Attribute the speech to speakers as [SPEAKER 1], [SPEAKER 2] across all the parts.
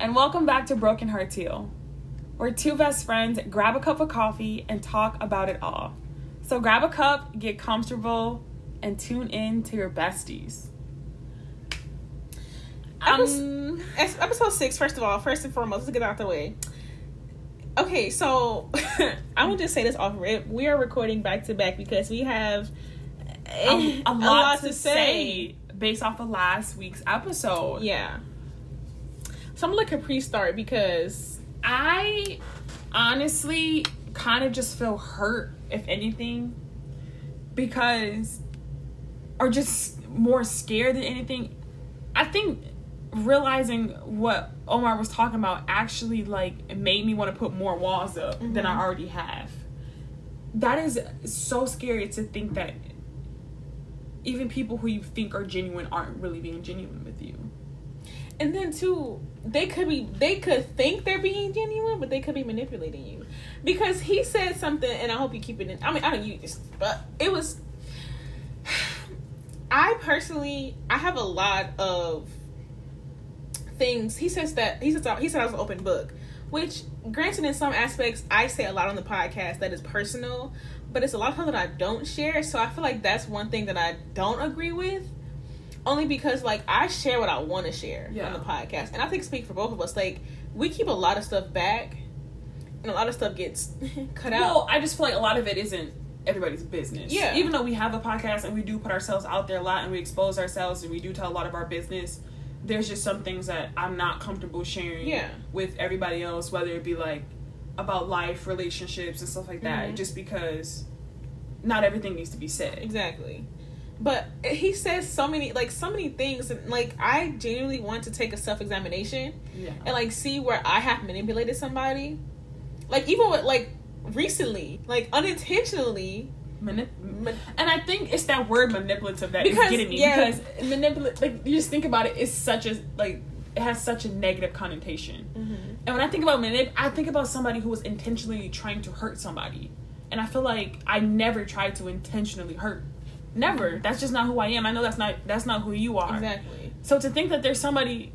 [SPEAKER 1] and welcome back to Broken Hearts Heal. Where two best friends grab a cup of coffee and talk about it all. So grab a cup, get comfortable, and tune in to your besties.
[SPEAKER 2] Um, As- episode six, first of all, first and foremost, let's get out the way. Okay, so I'm gonna just say this off rip. We are recording back to back because we have
[SPEAKER 1] a, a lot, to, say. based off of last week's episode.
[SPEAKER 2] Yeah. So I'm gonna let Capri start because
[SPEAKER 1] I honestly kind of just feel hurt, if anything, because, or just more scared than anything. I think realizing what Omar was talking about actually like made me want to put more walls up than I already have. That is so scary to think that even people who you think are genuine aren't really being genuine with you.
[SPEAKER 2] and then too, they could be they could think they're being genuine, but they could be manipulating you. Because he said something and I hope you keep it in I mean I don't you just but it was I personally I have a lot of things he says that he says he said I was an open book. Which granted in some aspects I say a lot on the podcast that is personal, but it's a lot of stuff that I don't share. So I feel like that's one thing that I don't agree with. Only because like I share what I want to share
[SPEAKER 1] Yeah.
[SPEAKER 2] on the podcast. And I think speak for both of us. Like we keep a lot of stuff back and a lot of stuff gets cut out.
[SPEAKER 1] Well, I just feel like a lot of it isn't everybody's business.
[SPEAKER 2] Yeah.
[SPEAKER 1] Even though we have a podcast and we do put ourselves out there a lot and we expose ourselves and we do tell a lot of our business, there's just some things that I'm not comfortable sharing
[SPEAKER 2] Yeah.
[SPEAKER 1] with everybody else, whether it be like about life, relationships, and stuff like that,
[SPEAKER 2] Mhm.
[SPEAKER 1] just because not everything needs to be said.
[SPEAKER 2] Exactly. But he says so many like so many things and like I genuinely want to take a self examination
[SPEAKER 1] Yeah.
[SPEAKER 2] and like see where I have manipulated somebody. Like even with like recently, like unintentionally.
[SPEAKER 1] Manip-
[SPEAKER 2] Man-
[SPEAKER 1] and I think it's that word manipulative that is
[SPEAKER 2] Because,
[SPEAKER 1] getting me
[SPEAKER 2] yeah.
[SPEAKER 1] because manipulative, like you just think about it, it's such a like it has such a negative connotation. And when I think about manip, I think about somebody who was intentionally trying to hurt somebody. And I feel like I never tried to intentionally hurt. Never. That's just not who I am. I know that's not that's not who you are.
[SPEAKER 2] Exactly.
[SPEAKER 1] So to think that there's somebody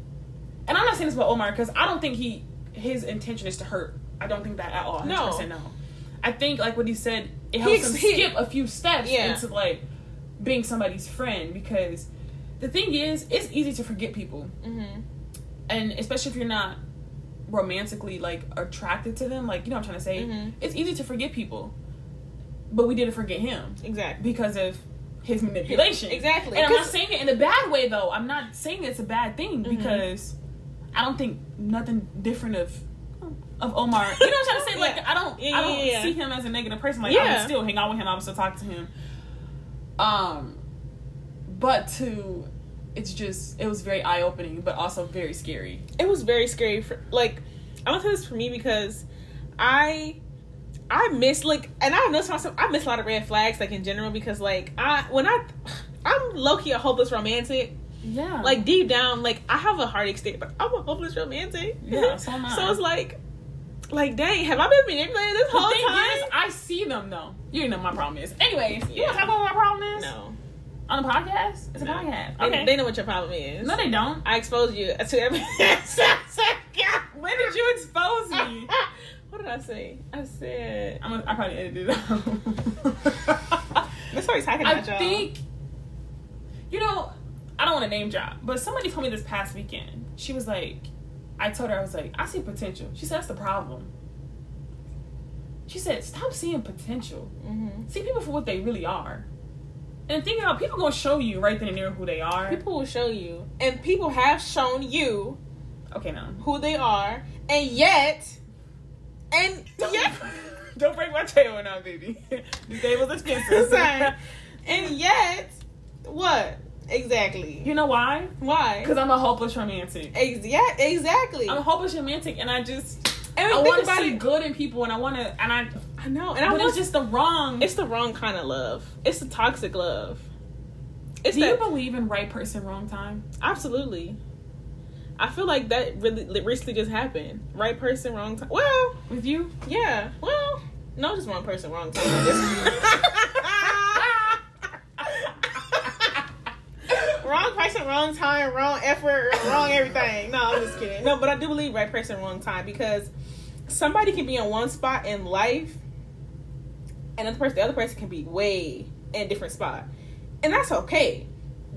[SPEAKER 1] and I'm not saying this about Omar because I don't think he his intention is to hurt. I don't think that at all.
[SPEAKER 2] No.
[SPEAKER 1] 100% no. I think like what he said, it helps
[SPEAKER 2] ex-
[SPEAKER 1] him
[SPEAKER 2] he-
[SPEAKER 1] skip a few steps
[SPEAKER 2] Yeah.
[SPEAKER 1] into like being somebody's friend because the thing is, it's easy to forget people
[SPEAKER 2] Mm-hmm.
[SPEAKER 1] and especially if you're not romantically like attracted to them, like you know what I'm trying to say,
[SPEAKER 2] Mhm.
[SPEAKER 1] it's easy to forget people. But we didn't forget him
[SPEAKER 2] Exactly.
[SPEAKER 1] because of his manipulation.
[SPEAKER 2] Exactly.
[SPEAKER 1] And I'm not
[SPEAKER 2] 'Cause-
[SPEAKER 1] saying it in a bad way though. I'm not saying it's a bad thing
[SPEAKER 2] Mhm.
[SPEAKER 1] because I don't think nothing different of of Omar. You know what I'm trying to say? Like
[SPEAKER 2] Yeah.
[SPEAKER 1] I don't
[SPEAKER 2] Yeah,
[SPEAKER 1] I don't
[SPEAKER 2] yeah, yeah.
[SPEAKER 1] see him as a negative person. Like I
[SPEAKER 2] Yeah.
[SPEAKER 1] would still hang out with him, I would still talk to him. Um but to it's just it was very eye opening but also very scary.
[SPEAKER 2] it was very scary for like I'm gonna say this for me because I I miss like and I know myself I miss a lot of red flags like in general because like I when I I'm low key a hopeless romantic.
[SPEAKER 1] Yeah.
[SPEAKER 2] Like deep down, like I have a heartache state, but I'm a hopeless romantic.
[SPEAKER 1] Yeah, so am I.
[SPEAKER 2] so it's like like dang, have I been manipulated this
[SPEAKER 1] the
[SPEAKER 2] whole
[SPEAKER 1] thing
[SPEAKER 2] time?
[SPEAKER 1] is, I see them though. You know what my problem is. Anyways, you
[SPEAKER 2] Yeah.
[SPEAKER 1] want to talk about what my problem is
[SPEAKER 2] no.
[SPEAKER 1] on the podcast? It's
[SPEAKER 2] No.
[SPEAKER 1] a podcast.
[SPEAKER 2] They-
[SPEAKER 1] Okay.
[SPEAKER 2] They know what your problem is.
[SPEAKER 1] no, they don't.
[SPEAKER 2] I expose you to everything.
[SPEAKER 1] When did you expose me?
[SPEAKER 2] what did I say? I said
[SPEAKER 1] I'm gonna, I probably edited it out.
[SPEAKER 2] Let's start talking
[SPEAKER 1] I
[SPEAKER 2] about y'all.
[SPEAKER 1] think, you know, I don't want to name drop, but somebody told me this past weekend. She was like, I told her, I was like, I see potential. She said, that's the problem. She said, stop seeing potential.
[SPEAKER 2] Mhm.
[SPEAKER 1] See people for what they really are. And think about people gonna show you right then and there who they are.
[SPEAKER 2] people will show you, and people have shown you
[SPEAKER 1] Okay, no.
[SPEAKER 2] who they are, and yet, and yet,
[SPEAKER 1] Don't break my table now, baby. the table's expensive.
[SPEAKER 2] Sorry. and yet, what exactly?
[SPEAKER 1] You know why?
[SPEAKER 2] Why?
[SPEAKER 1] Because I'm a hopeless romantic.
[SPEAKER 2] Ex- yeah, exactly.
[SPEAKER 1] I'm a hopeless romantic, and I just
[SPEAKER 2] and
[SPEAKER 1] I
[SPEAKER 2] think
[SPEAKER 1] want to
[SPEAKER 2] about
[SPEAKER 1] see
[SPEAKER 2] it.
[SPEAKER 1] good in people, and I want to, and I,
[SPEAKER 2] I know, and
[SPEAKER 1] but
[SPEAKER 2] I
[SPEAKER 1] it's
[SPEAKER 2] was
[SPEAKER 1] just
[SPEAKER 2] just.
[SPEAKER 1] the wrong.
[SPEAKER 2] It's the wrong kind of love. It's the toxic love. It's
[SPEAKER 1] Do you
[SPEAKER 2] that,
[SPEAKER 1] believe in right person, wrong time?
[SPEAKER 2] absolutely. I feel like that really li- recently just happened. Right person, wrong time. Well,
[SPEAKER 1] With you?
[SPEAKER 2] yeah. Well, no, just wrong person, wrong time. wrong person, wrong time, wrong effort, wrong everything. No, I'm just kidding. No, but I do believe right person, wrong time because somebody can be in one spot in life, and the person, the other person can be way in a different spot, and that's okay.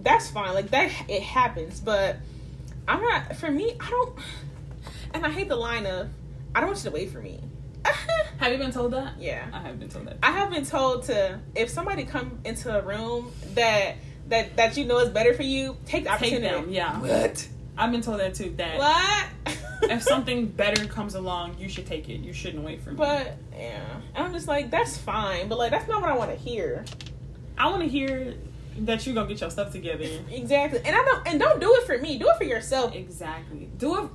[SPEAKER 2] That's fine. Like that, it happens. But I'm not. For me, I don't. And I hate the line of, I don't want you to wait for me.
[SPEAKER 1] Have you been told that?
[SPEAKER 2] yeah.
[SPEAKER 1] I have been told that.
[SPEAKER 2] I have been told to if somebody come into a room that that that you know is better for you, take the
[SPEAKER 1] Take
[SPEAKER 2] opportunity.
[SPEAKER 1] them, yeah.
[SPEAKER 3] What?
[SPEAKER 1] I've been told that too. That
[SPEAKER 2] What?
[SPEAKER 1] if something better comes along, you should take it. You shouldn't wait for me.
[SPEAKER 2] But yeah, And I'm just like that's fine, but like that's not what I want to hear.
[SPEAKER 1] I want to hear that you're gonna get your stuff together.
[SPEAKER 2] Exactly, and I don't and don't do it for me. Do it for yourself.
[SPEAKER 1] Exactly. Do it.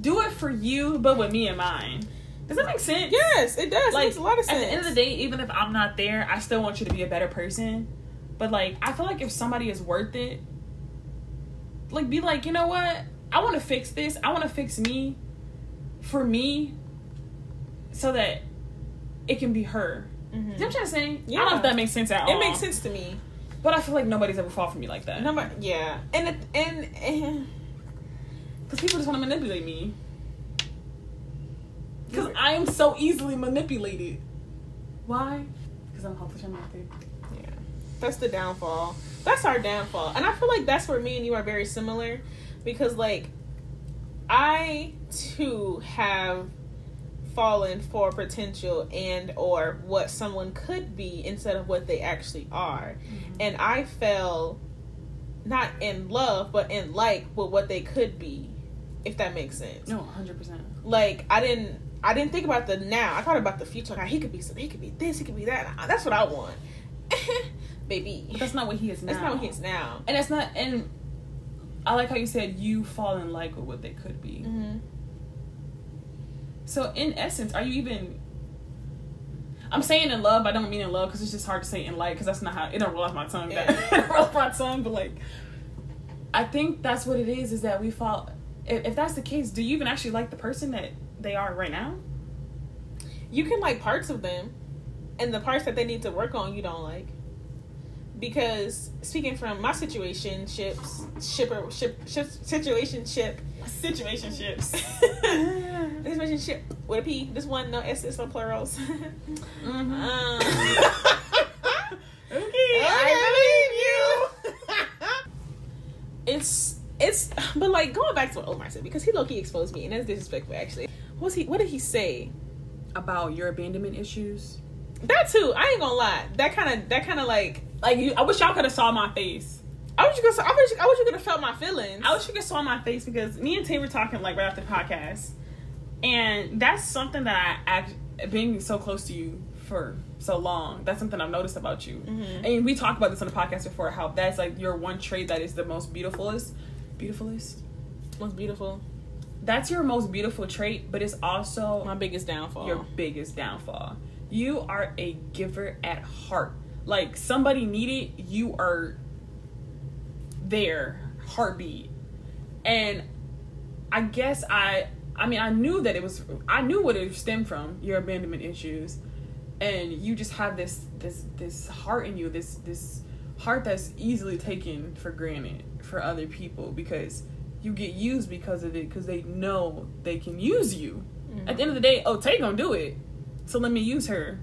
[SPEAKER 1] Do it for you, but with me in mind. Does that make sense?
[SPEAKER 2] Yes, it does. it
[SPEAKER 1] Like
[SPEAKER 2] makes a lot of
[SPEAKER 1] at
[SPEAKER 2] sense.
[SPEAKER 1] the end of the day, even if I'm not there, I still want you to be a better person. But like, I feel like if somebody is worth it, like, be like, you know what? I want to fix this. I want to fix me, for me, so that it can be her.
[SPEAKER 2] Mhm.
[SPEAKER 1] You know what I'm saying? I don't know
[SPEAKER 2] Yeah.
[SPEAKER 1] if that makes sense at all.
[SPEAKER 2] It makes sense to me.
[SPEAKER 1] But I feel like nobody's ever fought for me like that.
[SPEAKER 2] Number yeah, and it, and, and
[SPEAKER 1] Because people just want to manipulate me. Because I am so easily manipulated. Why? Because I'm hopeless. I'm out there.
[SPEAKER 2] Yeah. That's the downfall. That's our downfall. And I feel like that's where me and you are very similar because like I too have fallen for potential and or what someone could be instead of what they actually are. And I fell not in love but in like with what they could be, if that makes sense
[SPEAKER 1] No, 100%.
[SPEAKER 2] like I didn't I didn't think about the now. I thought about the future. Like he could be some, he could be this, he could be that. Uh, That's what I want, baby.
[SPEAKER 1] But that's not what he is now.
[SPEAKER 2] That's not what he is now.
[SPEAKER 1] And that's not. And I like how you said you fall in like with what they could be.
[SPEAKER 2] Mm-hmm.
[SPEAKER 1] So in essence, are you even? I'm saying in love, but I don't mean in love because it's just hard to say in like because that's not how it don't roll off my tongue. That,
[SPEAKER 2] Yeah.
[SPEAKER 1] it don't roll off my tongue, but like, I think that's what it is. Is that we fall. If, if that's the case, do you even actually like the person that they are right now?
[SPEAKER 2] You can like parts of them, and the parts that they need to work on, you don't like. Because speaking from my situation, ships, shipper, ship, ship, situation, ship,
[SPEAKER 1] Situationships.
[SPEAKER 2] this relationship with a P. This one, no S's, no plurals.
[SPEAKER 1] mm-hmm.
[SPEAKER 2] um.
[SPEAKER 1] Okay.
[SPEAKER 2] I believe you. it's it's but like going back to what Omar said because he low key exposed me and that's disrespectful actually. What's he? What did he say?
[SPEAKER 1] About your abandonment issues.
[SPEAKER 2] That too. I ain't gonna lie. That kind of that kind of like
[SPEAKER 1] Like you, I wish y'all could have saw my face.
[SPEAKER 2] I wish you could I wish I wish you could have felt my feelings.
[SPEAKER 1] I wish you could saw my face because me and Tay were talking like right after the podcast, and that's something that I act being so close to you for so long. That's something I've noticed about you, and we talked about this on the podcast before. How that's like your one trait that is the most beautifulest, beautifulest.
[SPEAKER 2] was beautiful.
[SPEAKER 1] That's your most beautiful trait, but it's also
[SPEAKER 2] My biggest downfall.
[SPEAKER 1] your biggest downfall. You are a giver at heart. Like somebody needed, you are there, heartbeat. And I guess I I mean I knew that it was I knew what it stemmed from, your abandonment issues. And you just have this this this heart in you, this this heart that's easily taken for granted for other people because you get used because of it because they know they can use you.
[SPEAKER 2] Mm-hmm.
[SPEAKER 1] At the end of the day, oh Tay gonna do it. So let me use her.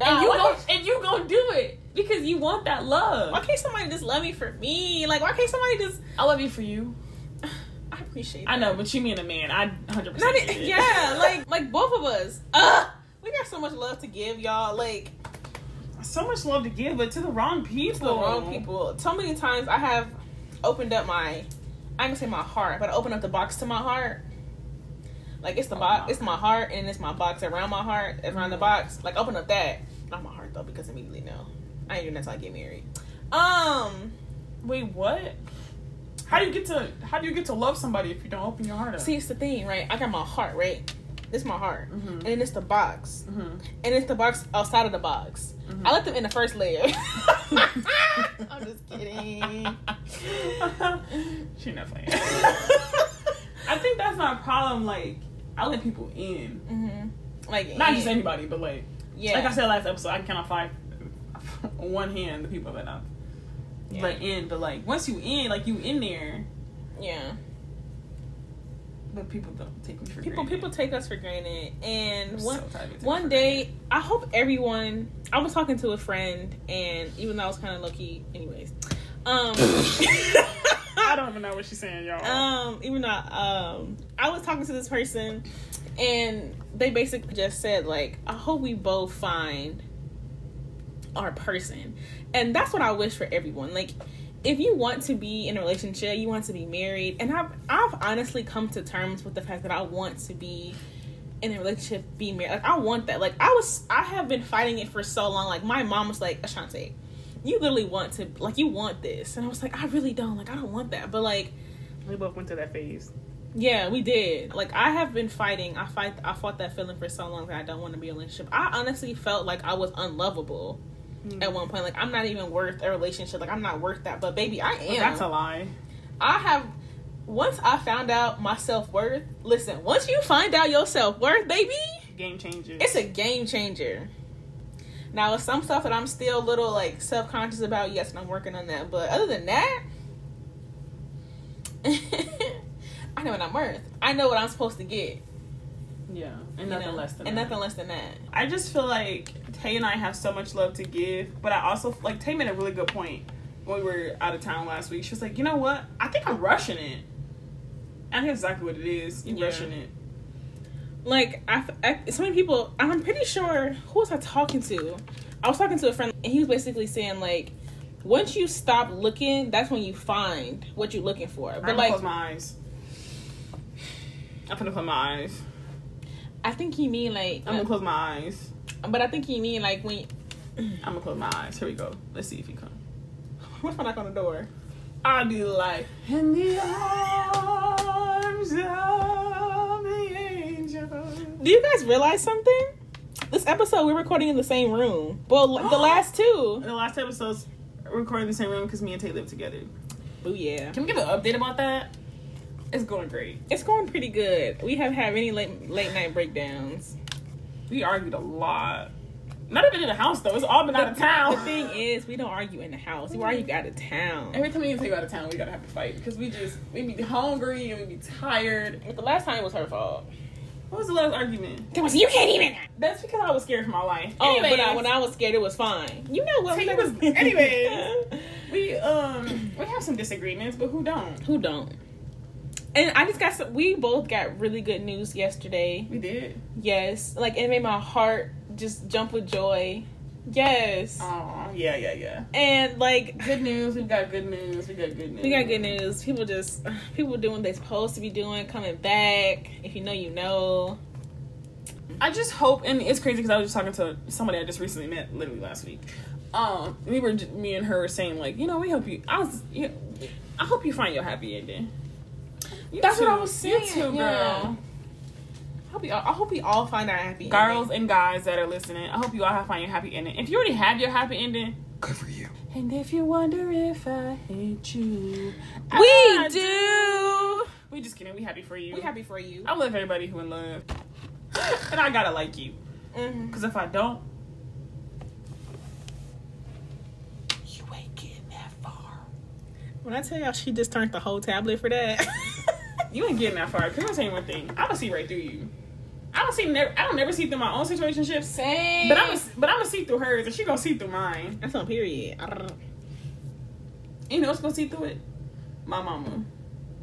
[SPEAKER 1] And
[SPEAKER 2] Ah,
[SPEAKER 1] you
[SPEAKER 2] why
[SPEAKER 1] gonna,
[SPEAKER 2] can't-
[SPEAKER 1] and you gonna do it because you want that
[SPEAKER 2] why
[SPEAKER 1] love.
[SPEAKER 2] can't somebody just love me for me? Like why can't somebody just?
[SPEAKER 1] I love you for you.
[SPEAKER 2] I appreciate.
[SPEAKER 1] I know, but you mean a man. I 100.
[SPEAKER 2] Not
[SPEAKER 1] percent
[SPEAKER 2] it, yeah, like like both of us. Ugh, we got so much love to give y'all. Like
[SPEAKER 1] so much love to give, but to the wrong people.
[SPEAKER 2] to the wrong people. So many times I have opened up my, I'm gonna say my heart, but I open up the box to my heart. Like it's the box, it's my heart, and it's my box around my heart, around
[SPEAKER 1] Mm-hmm.
[SPEAKER 2] the box. Like open up that, not my heart though, because immediately no, I ain't doing that till I get married. Um,
[SPEAKER 1] Wait, what? How do you get to How do you get to love somebody if you don't open your heart up?
[SPEAKER 2] see, it's the thing, right? I got my heart, right? This my heart,
[SPEAKER 1] Mhm.
[SPEAKER 2] and it's the box,
[SPEAKER 1] Mhm.
[SPEAKER 2] and it's the box outside of the box.
[SPEAKER 1] Mm-hmm.
[SPEAKER 2] I let them in the first layer. I'm just kidding.
[SPEAKER 1] she not playing. I think that's my problem. Like, I let people in,
[SPEAKER 2] hmm Like
[SPEAKER 1] not just
[SPEAKER 2] yeah.
[SPEAKER 1] anybody, but like
[SPEAKER 2] Yeah.
[SPEAKER 1] Like I said last episode, I can count on five, on one hand the people that I've
[SPEAKER 2] Yeah.
[SPEAKER 1] like in, but like once you in, like you in there,
[SPEAKER 2] yeah.
[SPEAKER 1] but people don't take me for
[SPEAKER 2] People
[SPEAKER 1] granted.
[SPEAKER 2] people take us for granted, and
[SPEAKER 1] I'm
[SPEAKER 2] one
[SPEAKER 1] so tired of taking
[SPEAKER 2] one
[SPEAKER 1] for
[SPEAKER 2] day I hope everyone. I was talking to a friend, and even though I was kind of low key, anyways. Um,
[SPEAKER 1] granted. I don't even know what she's saying, y'all.
[SPEAKER 2] Ah! um even though um i was talking to this person and they basically just said like i hope we both find our person and that's what i wish for everyone like if you want to be in a relationship you want to be married and i've i've honestly come to terms with the fact that i want to be in a relationship be married like i want that like i was i have been fighting it for so long like my mom was like ashante you literally want to like you want this and i was like i really don't like i don't want that but like
[SPEAKER 3] We both went through that phase.
[SPEAKER 2] yeah, we did. Like I have been fighting. I fight. I fought that feeling for so long that I don't want to be in a relationship. I honestly felt like I was unlovable at one point. Like I'm not even worth a relationship. Like I'm not worth that. But baby, I am.
[SPEAKER 1] That's a lie.
[SPEAKER 2] I have. Once I found out my self worth. Listen, once you find out your self worth, baby,
[SPEAKER 1] Game changes.
[SPEAKER 2] it's a game changer. Now, it's some stuff that I'm still a little like self conscious about. Yes, and I'm working on that. But other than that, I know what I'm worth. I know what I'm supposed to get.
[SPEAKER 1] yeah, and
[SPEAKER 2] you
[SPEAKER 1] nothing
[SPEAKER 2] know?
[SPEAKER 1] less than
[SPEAKER 2] and
[SPEAKER 1] that.
[SPEAKER 2] nothing less than that.
[SPEAKER 1] I just feel like Tay and I have so much love to give, but I also like Tay made a really good point when we were out of town last week. She was like, "You know what? I think I'm rushing it." I think that's exactly what it is. You
[SPEAKER 2] Yeah.
[SPEAKER 1] rushing it.
[SPEAKER 2] Like I, I- so many people. I'm pretty sure who was I talking to? I was talking to a friend, and he was basically saying like, once you stop looking, that's when you find what you're looking for.
[SPEAKER 1] I'm
[SPEAKER 2] But
[SPEAKER 1] gonna
[SPEAKER 2] like,
[SPEAKER 1] close my eyes. I'm gonna close my eyes.
[SPEAKER 2] I think he mean like, uh,
[SPEAKER 1] I'm gonna close my eyes.
[SPEAKER 2] but I think he mean like when.
[SPEAKER 1] I'm gonna close my eyes. Here we go. Let's see if he comes.
[SPEAKER 2] What's my knock on the door?
[SPEAKER 1] I'll be like in the arms of the angel.
[SPEAKER 2] Do you guys realize something? This episode we're recording in the same room. Well, the last two.
[SPEAKER 1] The last episode's recording in the same room because me and Tay live together.
[SPEAKER 2] Boo yeah.
[SPEAKER 1] Can we give an update about that? It's going great.
[SPEAKER 2] It's going pretty good. We haven't had any late late night breakdowns.
[SPEAKER 1] We argued a lot. Not even in the house though. It's all been out of town.
[SPEAKER 2] The thing is, we don't argue in the house. We argue out of town.
[SPEAKER 1] every time we take out of town, we gotta have to fight because we just we be hungry and we be tired.
[SPEAKER 2] But the last time it was her fault.
[SPEAKER 1] What was the last argument?
[SPEAKER 2] That was you can't even.
[SPEAKER 1] That's because I was scared for my life.
[SPEAKER 2] Oh,
[SPEAKER 1] Anyways,
[SPEAKER 2] but I, when I was scared, it was fine. You know what?
[SPEAKER 1] He was- anyways. we um we have some disagreements, but who don't?
[SPEAKER 2] Who don't? And I just got some. We both got really good news yesterday.
[SPEAKER 1] We did.
[SPEAKER 2] Yes, like it made my heart just jump with joy. Yes,
[SPEAKER 1] Oh yeah yeah yeah.
[SPEAKER 2] and like
[SPEAKER 1] Good news. We've got good news. We got good news.
[SPEAKER 2] We got good news. People just people doing what they're supposed to be doing, coming back. If you know, you know.
[SPEAKER 1] I just hope, and it's crazy because I was just talking to somebody I just recently met, literally last week. Um, we were j- me and her were saying like, you know, we hope you. I was, you I hope you find your happy ending. You
[SPEAKER 2] That's what I
[SPEAKER 1] too-
[SPEAKER 2] was
[SPEAKER 1] You
[SPEAKER 2] saying,
[SPEAKER 1] too, girl.
[SPEAKER 2] yeah. I hope we all, I hope we all find our happy
[SPEAKER 1] Girls and guys that are listening, I hope you all have find your happy ending. If you already have your happy ending, good for you. And if you wonder if I hate you,
[SPEAKER 2] ending.
[SPEAKER 1] I
[SPEAKER 2] do.
[SPEAKER 1] We just kidding. We happy for you.
[SPEAKER 2] We happy for you.
[SPEAKER 1] I love everybody who in love, and I gotta like you.
[SPEAKER 2] Mhm.
[SPEAKER 1] Cause if I don't,
[SPEAKER 2] You ain't getting that far. When I tell y'all, she just turned the whole tablet for that.
[SPEAKER 1] You ain't getting that far. Cause I'm tell you one thing. I don't see right through you. I don't see. Never, I don't never see through my own situationships.
[SPEAKER 2] Same.
[SPEAKER 1] But I'm. going but I'm gonna see through hers, and she gonna see through mine.
[SPEAKER 2] That's on period.
[SPEAKER 1] You know what's gonna see through it? My mama.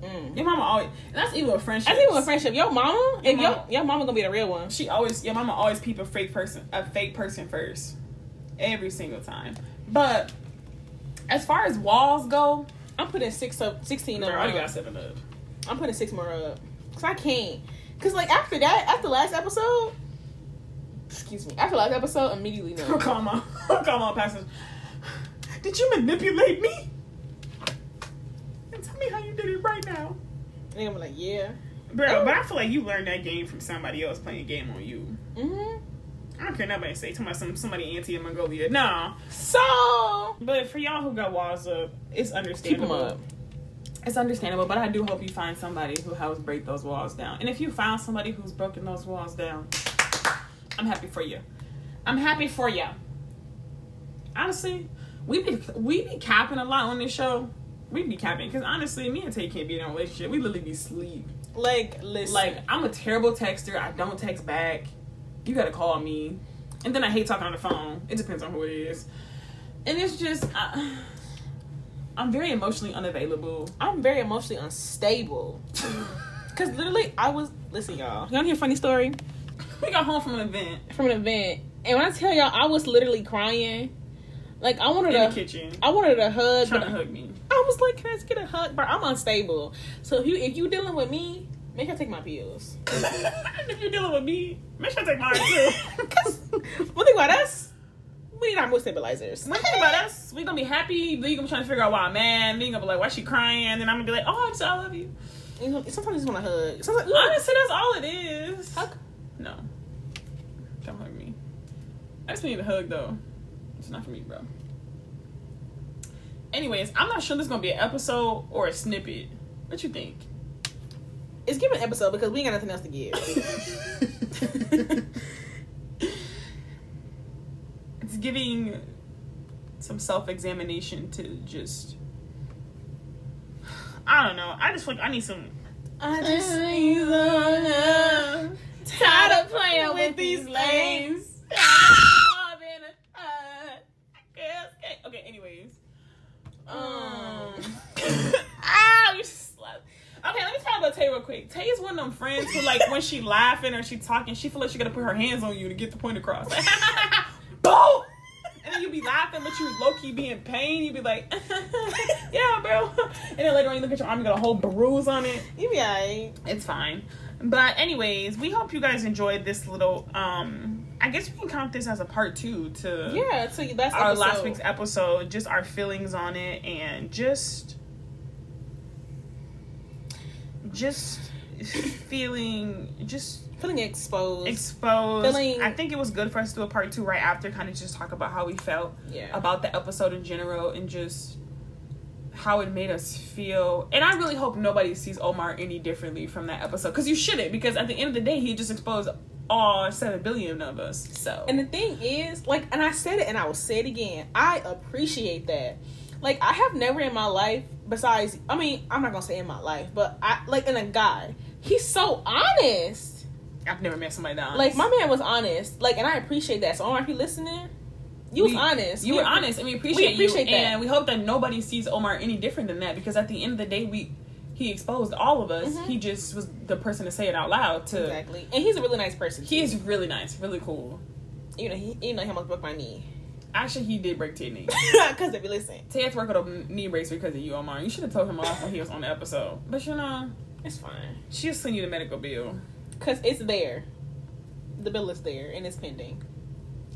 [SPEAKER 2] Mm.
[SPEAKER 1] Your mama always. And that's even a friendship.
[SPEAKER 2] I think with friendship, your mama,
[SPEAKER 1] Your
[SPEAKER 2] if
[SPEAKER 1] mama-
[SPEAKER 2] your your mama gonna be the real one.
[SPEAKER 1] She always. Your mama always peep a fake person. A fake person first. Every single time. But as far as walls go,
[SPEAKER 2] I'm putting six up, sixteen
[SPEAKER 1] girl, I
[SPEAKER 2] up.
[SPEAKER 1] already got seven up.
[SPEAKER 2] I'm putting six more up. Cause I can't. Cause like after that, after last episode, excuse me, after last episode, immediately
[SPEAKER 1] I'll
[SPEAKER 2] no.
[SPEAKER 1] call my. I'll call my pastor. Did you manipulate me? And tell me how you did it right now.
[SPEAKER 2] And I'm like, yeah.
[SPEAKER 1] Bro,
[SPEAKER 2] Oh.
[SPEAKER 1] but I feel like you learned that game from somebody else playing a game on you.
[SPEAKER 2] hmm
[SPEAKER 1] I don't care nobody say talking about some somebody anti in Mongolia. No.
[SPEAKER 2] So
[SPEAKER 1] But for y'all who got walls up, it's
[SPEAKER 2] keep them
[SPEAKER 1] understandable.
[SPEAKER 2] up.
[SPEAKER 1] It's understandable, but I do hope you find somebody who helps break those walls down. And if you found somebody who's broken those walls down, I'm happy for you. I'm happy for you. Honestly, we be we be capping a lot on this show. We be capping because honestly, me and Tay can't be in a relationship. We literally be sleep.
[SPEAKER 2] Like, listen.
[SPEAKER 1] Like I'm a terrible texter. I don't text back. You gotta call me, and then I hate talking on the phone. It depends on who it is, and it's just I, I'm very emotionally unavailable.
[SPEAKER 2] I'm very emotionally unstable. Cause literally, I was listen, y'all. You wanna hear a funny story
[SPEAKER 1] we got home from an event
[SPEAKER 2] from an event? And when I tell y'all, I was literally crying. Like I wanted
[SPEAKER 1] in the
[SPEAKER 2] to,
[SPEAKER 1] kitchen,
[SPEAKER 2] I wanted a hug,
[SPEAKER 1] trying
[SPEAKER 2] but
[SPEAKER 1] to hug me.
[SPEAKER 2] I was like, "Can I just get a hug?" But I'm unstable. So if you if you dealing with me, make her take my pills.
[SPEAKER 1] if you're dealing with me, make sure I take mine too.
[SPEAKER 2] Cause one thing about us, we need our mood stabilizers.
[SPEAKER 1] One thing about us, we gonna be happy. Then you gonna be trying to figure out why I'm mad. Then you gonna be like, why she crying? And then I'm gonna be like, oh, I'm so I love you.
[SPEAKER 2] You know, Sometimes you just want to hug. Sometimes,
[SPEAKER 1] Honestly, that's all it is.
[SPEAKER 2] Hug.
[SPEAKER 1] No, don't hug me. I just need a hug though. It's not for me, bro. Anyways, I'm not sure this is gonna be an episode or a snippet. What you think?
[SPEAKER 2] It's given an episode because we ain't got nothing else to give.
[SPEAKER 1] it's giving some self-examination to just i don't know i just like i need some
[SPEAKER 2] I
[SPEAKER 1] tired of playing with these lanes okay anyways um ah you slept okay let me talk about tay real quick tay is one of them friends who like when she laughing or she talking she feel like she gotta put her hands on you to get the point across boom and then you be laughing, but you low key be in pain. You be like, yeah, bro. And then later on, you look at your arm, you got a whole bruise on it.
[SPEAKER 2] You be alright.
[SPEAKER 1] It's fine. But anyways, we hope you guys enjoyed this little. um I guess we can count this as a part two to
[SPEAKER 2] Yeah, so that's
[SPEAKER 1] Uh, our
[SPEAKER 2] episode.
[SPEAKER 1] last week's episode, just our feelings on it, and just just feeling just
[SPEAKER 2] feeling exposed.
[SPEAKER 1] exposed.
[SPEAKER 2] Feeling-
[SPEAKER 1] I think it was good for us to do a part two right after, kind of just talk about how we felt
[SPEAKER 2] yeah.
[SPEAKER 1] about the episode in general and just how it made us feel. And I really hope nobody sees Omar any differently from that episode because you shouldn't. Because at the end of the day, he just exposed all seven billion of us. So
[SPEAKER 2] And the thing is, like, and I said it and I will say it again. I appreciate that. Like, I have never in my life, besides, I mean, I'm not gonna say in my life, but I, like, in a guy, he's so honest.
[SPEAKER 1] I've never met somebody that honest.
[SPEAKER 2] Like, my man was honest. Like, and I appreciate that. So, Omar, if you listening, you was
[SPEAKER 1] We-
[SPEAKER 2] honest.
[SPEAKER 1] You
[SPEAKER 2] We
[SPEAKER 1] were
[SPEAKER 2] appre-
[SPEAKER 1] honest, and we appreciate,
[SPEAKER 2] appreciate
[SPEAKER 1] you.
[SPEAKER 2] that.
[SPEAKER 1] And we hope that nobody sees Omar any different than that because at the end of the day, we he exposed all of us.
[SPEAKER 2] Mhm.
[SPEAKER 1] He just was the person to say it out loud. To
[SPEAKER 2] Exactly. And he's a really nice person.
[SPEAKER 1] he
[SPEAKER 2] too.
[SPEAKER 1] is really nice, really cool.
[SPEAKER 2] you know, he, you know, he almost broke my knee.
[SPEAKER 1] Actually, he did break Tiffany.
[SPEAKER 2] Because if you listen,
[SPEAKER 1] Tay had to work with a knee brace because of you, Omar. You should have told him off when he was on the episode. But you know,
[SPEAKER 2] it's fine.
[SPEAKER 1] she'll send you the medical bill
[SPEAKER 2] Because it's there. The bill is there and it's pending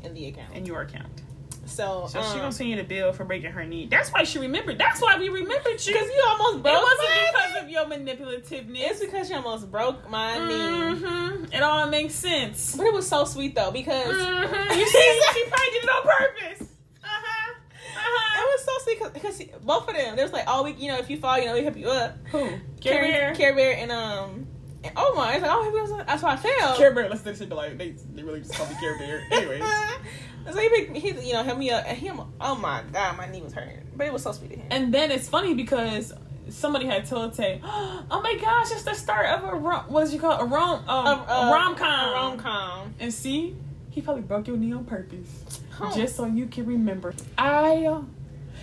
[SPEAKER 2] in the account.
[SPEAKER 1] in your account.
[SPEAKER 2] so,
[SPEAKER 1] So she
[SPEAKER 2] um,
[SPEAKER 1] gonna send you the bill for breaking her knee. That's why she remembered. That's why we remembered you.
[SPEAKER 2] Because you almost
[SPEAKER 1] it
[SPEAKER 2] broke
[SPEAKER 1] wasn't
[SPEAKER 2] my
[SPEAKER 1] because
[SPEAKER 2] knee.
[SPEAKER 1] of your manipulativeness.
[SPEAKER 2] It's because you almost broke my knee.
[SPEAKER 1] Mhm. It all makes sense.
[SPEAKER 2] But it was so sweet though because
[SPEAKER 1] Mhm. You see, she probably did it on purpose. Uh-huh.
[SPEAKER 2] it
[SPEAKER 1] Uh-huh.
[SPEAKER 2] was so sweet 'cause- because he- both of them, they was like, oh, we, you know, if you fall, you know, we help you up.
[SPEAKER 1] Who? Care Bear.
[SPEAKER 2] Care Bear and um, and Omar. It's like, oh, he was- that's why I fell.
[SPEAKER 1] Care Bear. Let's listen to like they, they really just call me Care Bear. Anyways.
[SPEAKER 2] so he, picked, me- he, you know, helped me up, and him. Oh my god, my knee was hurting, but it was so sweet of him.
[SPEAKER 1] And then it's funny because somebody had told Tay, "Oh my gosh, it's the start of a rom- what is you call it? a rom um,
[SPEAKER 2] A- a-
[SPEAKER 1] a rom com."
[SPEAKER 2] uh, a rom com.
[SPEAKER 1] And see, he probably broke your knee on purpose just so you can remember. I. uh,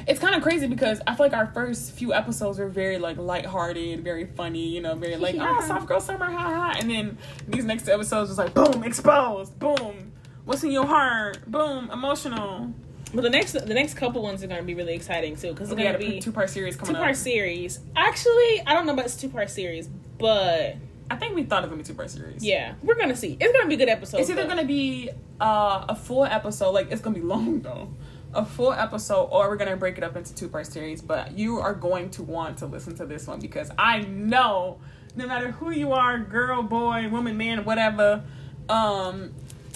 [SPEAKER 1] It's kind of crazy because I feel like our first few episodes were very like lighthearted, very funny, you know, very like oh soft girl summer, ha ha. And then these next episodes was like boom exposed, boom what's in your heart, boom emotional.
[SPEAKER 2] But the next, the next couple ones are gonna be really exciting too, because it's
[SPEAKER 1] We
[SPEAKER 2] gonna
[SPEAKER 1] got
[SPEAKER 2] be
[SPEAKER 1] a two part series coming
[SPEAKER 2] two part
[SPEAKER 1] up.
[SPEAKER 2] series. Actually, I don't know about this two part series, but
[SPEAKER 1] I think we thought it was gonna be two part series.
[SPEAKER 2] yeah, we're gonna see. It's gonna be a good episode.
[SPEAKER 1] It's either
[SPEAKER 2] though.
[SPEAKER 1] gonna be uh, a full episode, like it's gonna be long though, a full episode, or we're gonna break it up into two part series. But you are going to want to listen to this one because I know, no matter who you are, girl, boy, woman, man, whatever, um,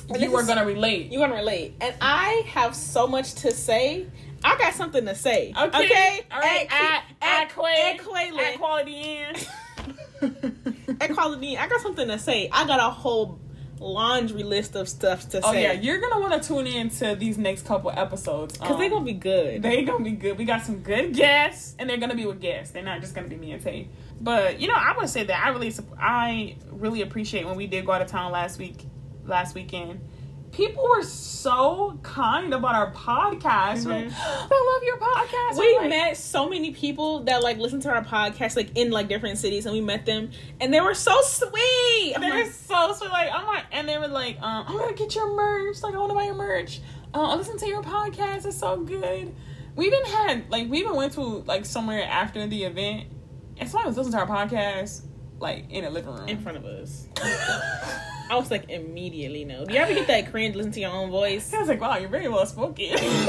[SPEAKER 2] And
[SPEAKER 1] you
[SPEAKER 2] this
[SPEAKER 1] are
[SPEAKER 2] is-
[SPEAKER 1] gonna relate.
[SPEAKER 2] you're gonna relate, and I have so much to say. I got something to say.
[SPEAKER 1] okay, all right,
[SPEAKER 2] At,
[SPEAKER 1] at at
[SPEAKER 2] at,
[SPEAKER 1] Quay,
[SPEAKER 2] Quaylen.
[SPEAKER 1] at quality in.
[SPEAKER 2] at Quality, I got something to say. I got a whole laundry list of stuff to
[SPEAKER 1] Oh
[SPEAKER 2] say.
[SPEAKER 1] yeah, you're gonna want to tune in to these next couple episodes
[SPEAKER 2] Cause they're gonna be good.
[SPEAKER 1] they gonna be good. We got some good guests, and they're gonna be with guests. They're not just gonna be me and Tay. But you know, I would say that I really, sup- I really appreciate when we did go out of town last week, last weekend. People were so kind about our podcast. Like,
[SPEAKER 2] Mhm.
[SPEAKER 1] I love your podcast.
[SPEAKER 2] we
[SPEAKER 1] I'm like,
[SPEAKER 2] met so many people that like listen to our podcast like in like different cities and we met them and they were so sweet. I'm
[SPEAKER 1] They were
[SPEAKER 2] like,
[SPEAKER 1] so sweet. Like I'm like, and they were like, um, I'm gonna get your merch. Like I want to buy your merch. Uh, I listen to your podcast. It's so good. We even had like we even went to like somewhere after the event, and someone was listening to our podcast like in a living room.
[SPEAKER 2] in front of us. I was like immediately no. Do you ever get that cringe listen to your own voice?
[SPEAKER 1] I was like, wow, you're very well spoken.
[SPEAKER 2] on.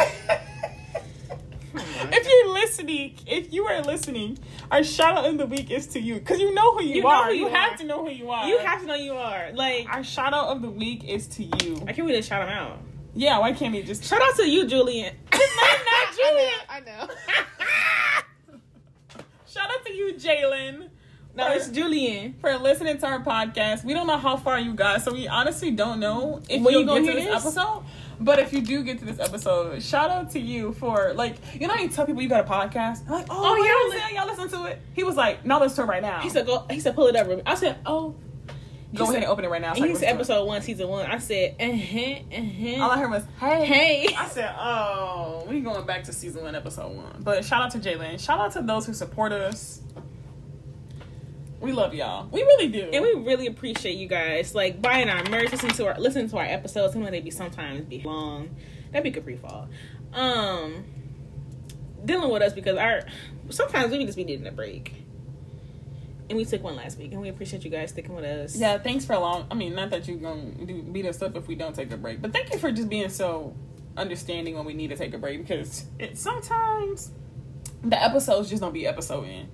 [SPEAKER 1] if you're listening, if you are listening, our shout out in the week is to you because you know who you,
[SPEAKER 2] You know
[SPEAKER 1] are.
[SPEAKER 2] who
[SPEAKER 1] you
[SPEAKER 2] you
[SPEAKER 1] have
[SPEAKER 2] are.
[SPEAKER 1] to know who you are.
[SPEAKER 2] You have to know you are. Like
[SPEAKER 1] Our shout out of the week is to you.
[SPEAKER 2] I can't really shout them out.
[SPEAKER 1] Yeah, why can't we just
[SPEAKER 2] Shout out to you, Julian.
[SPEAKER 1] not Julian.
[SPEAKER 2] I know.
[SPEAKER 1] Shout out to you, Jalen,
[SPEAKER 2] no, it's Julian.
[SPEAKER 1] for listening to our podcast. We don't know how far you got, so we honestly don't know if
[SPEAKER 2] When
[SPEAKER 1] you'll get
[SPEAKER 2] you gonna
[SPEAKER 1] to
[SPEAKER 2] hear
[SPEAKER 1] this,
[SPEAKER 2] this?
[SPEAKER 1] episode. But if you do get to this episode, shout out to you for like you know how you tell people you got a podcast. They're like, oh,
[SPEAKER 2] Oh,
[SPEAKER 1] yeah,
[SPEAKER 2] y'all
[SPEAKER 1] y'all, listen, y'all listen to it. He was like, no, listen to it right now.
[SPEAKER 2] He said go he said pull it up, Ruby. I said, Oh
[SPEAKER 1] Go
[SPEAKER 2] he
[SPEAKER 1] ahead
[SPEAKER 2] said-
[SPEAKER 1] and open it right now. so I
[SPEAKER 2] He
[SPEAKER 1] can
[SPEAKER 2] said
[SPEAKER 1] listen to
[SPEAKER 2] episode one, season one. I said, uh
[SPEAKER 1] it.
[SPEAKER 2] huh,
[SPEAKER 1] All
[SPEAKER 2] uh
[SPEAKER 1] I
[SPEAKER 2] huh.
[SPEAKER 1] heard was hey.
[SPEAKER 2] Hey.
[SPEAKER 1] I said, oh, we going back to season one, episode one. But shout out to Jalen. Shout out to those who support us. We love y'all. We really do.
[SPEAKER 2] And we really appreciate you guys like buying our merch, listening to our listening to our episodes, even though they be sometimes be long. That'd be good free fall. Um dealing with us because our sometimes we just be needing a break. And we took one last week and we appreciate you guys sticking with us.
[SPEAKER 1] Yeah, thanks for long. I mean, not that you're gonna do, beat us up if we don't take a break, but thank you for just being so understanding when we need to take a break because it sometimes the episodes just don't be episode in.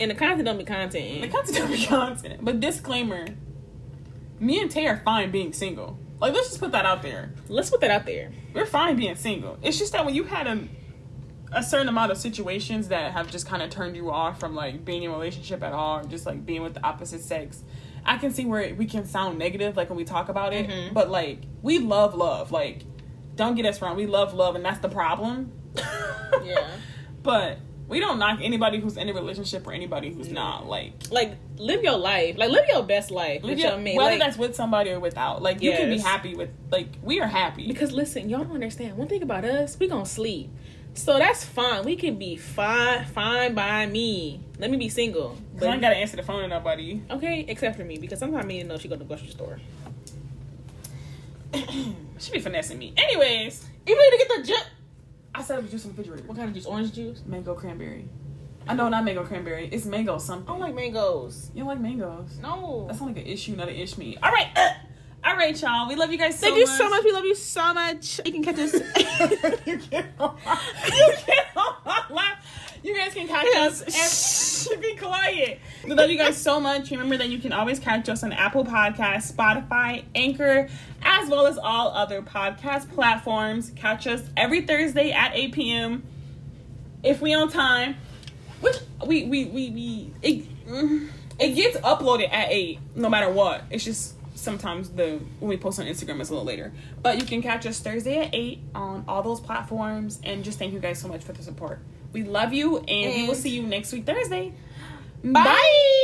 [SPEAKER 2] And the content don't be content.
[SPEAKER 1] The content don't be content. But disclaimer: me and Tay are fine being single. Like, let's just put that out there.
[SPEAKER 2] Let's put that out there.
[SPEAKER 1] We're fine being single. It's just that when you had a a certain amount of situations that have just kind of turned you off from like being in a relationship at all, or just like being with the opposite sex. I can see where we can sound negative, like when we talk about it,
[SPEAKER 2] Mhm.
[SPEAKER 1] but like we love love. Like, don't get us wrong, we love love, and that's the problem.
[SPEAKER 2] Yeah.
[SPEAKER 1] But we don't knock anybody who's in a relationship or anybody who's not. Like,
[SPEAKER 2] Like live your life. Like live your best life.
[SPEAKER 1] live
[SPEAKER 2] with
[SPEAKER 1] your-
[SPEAKER 2] your man.
[SPEAKER 1] whether
[SPEAKER 2] Like,
[SPEAKER 1] that's with somebody or without, like you can be
[SPEAKER 2] Yes.
[SPEAKER 1] happy with. Like, we are happy.
[SPEAKER 2] Because listen, y'all don't understand. One thing about us, we gonna sleep. So that's fine. We can be fine, fine by me. Let me be single.
[SPEAKER 1] 'Cause I
[SPEAKER 2] But,
[SPEAKER 1] ain't gotta answer the phone to nobody.
[SPEAKER 2] okay, except for me because sometimes me and know she go to the grocery store.
[SPEAKER 1] She be finessing me. Anyways,
[SPEAKER 2] Even need to get the juice.
[SPEAKER 1] I said I was just in the refrigerator.
[SPEAKER 2] What kind of juice? Orange juice.
[SPEAKER 1] Mango cranberry. I know not mango cranberry. It's mango something.
[SPEAKER 2] I don't like mangoes.
[SPEAKER 1] you don't like mangoes.
[SPEAKER 2] No.
[SPEAKER 1] That's not like an issue, not an ish me. All right, uh, all right, y'all. We love you guys.
[SPEAKER 2] Thank
[SPEAKER 1] so
[SPEAKER 2] you
[SPEAKER 1] much.
[SPEAKER 2] so much. We love you so much. You can catch us.
[SPEAKER 1] you can't. You can't. You guys can catch us. And be quiet. We love you guys so much. Remember that you can always catch us on Apple Podcasts, Spotify, Anchor, as well as all other podcast platforms. Catch us every Thursday at 8 p.m. if we on time. Which we we we we it, mm, it gets uploaded at eight, no matter what. It's just sometimes the when we post on Instagram it's a little later. But you can catch us Thursday at eight on all those platforms. And just thank you guys so much for the support. We love you, and we will
[SPEAKER 2] And-
[SPEAKER 1] see you next week Thursday.
[SPEAKER 2] Bye.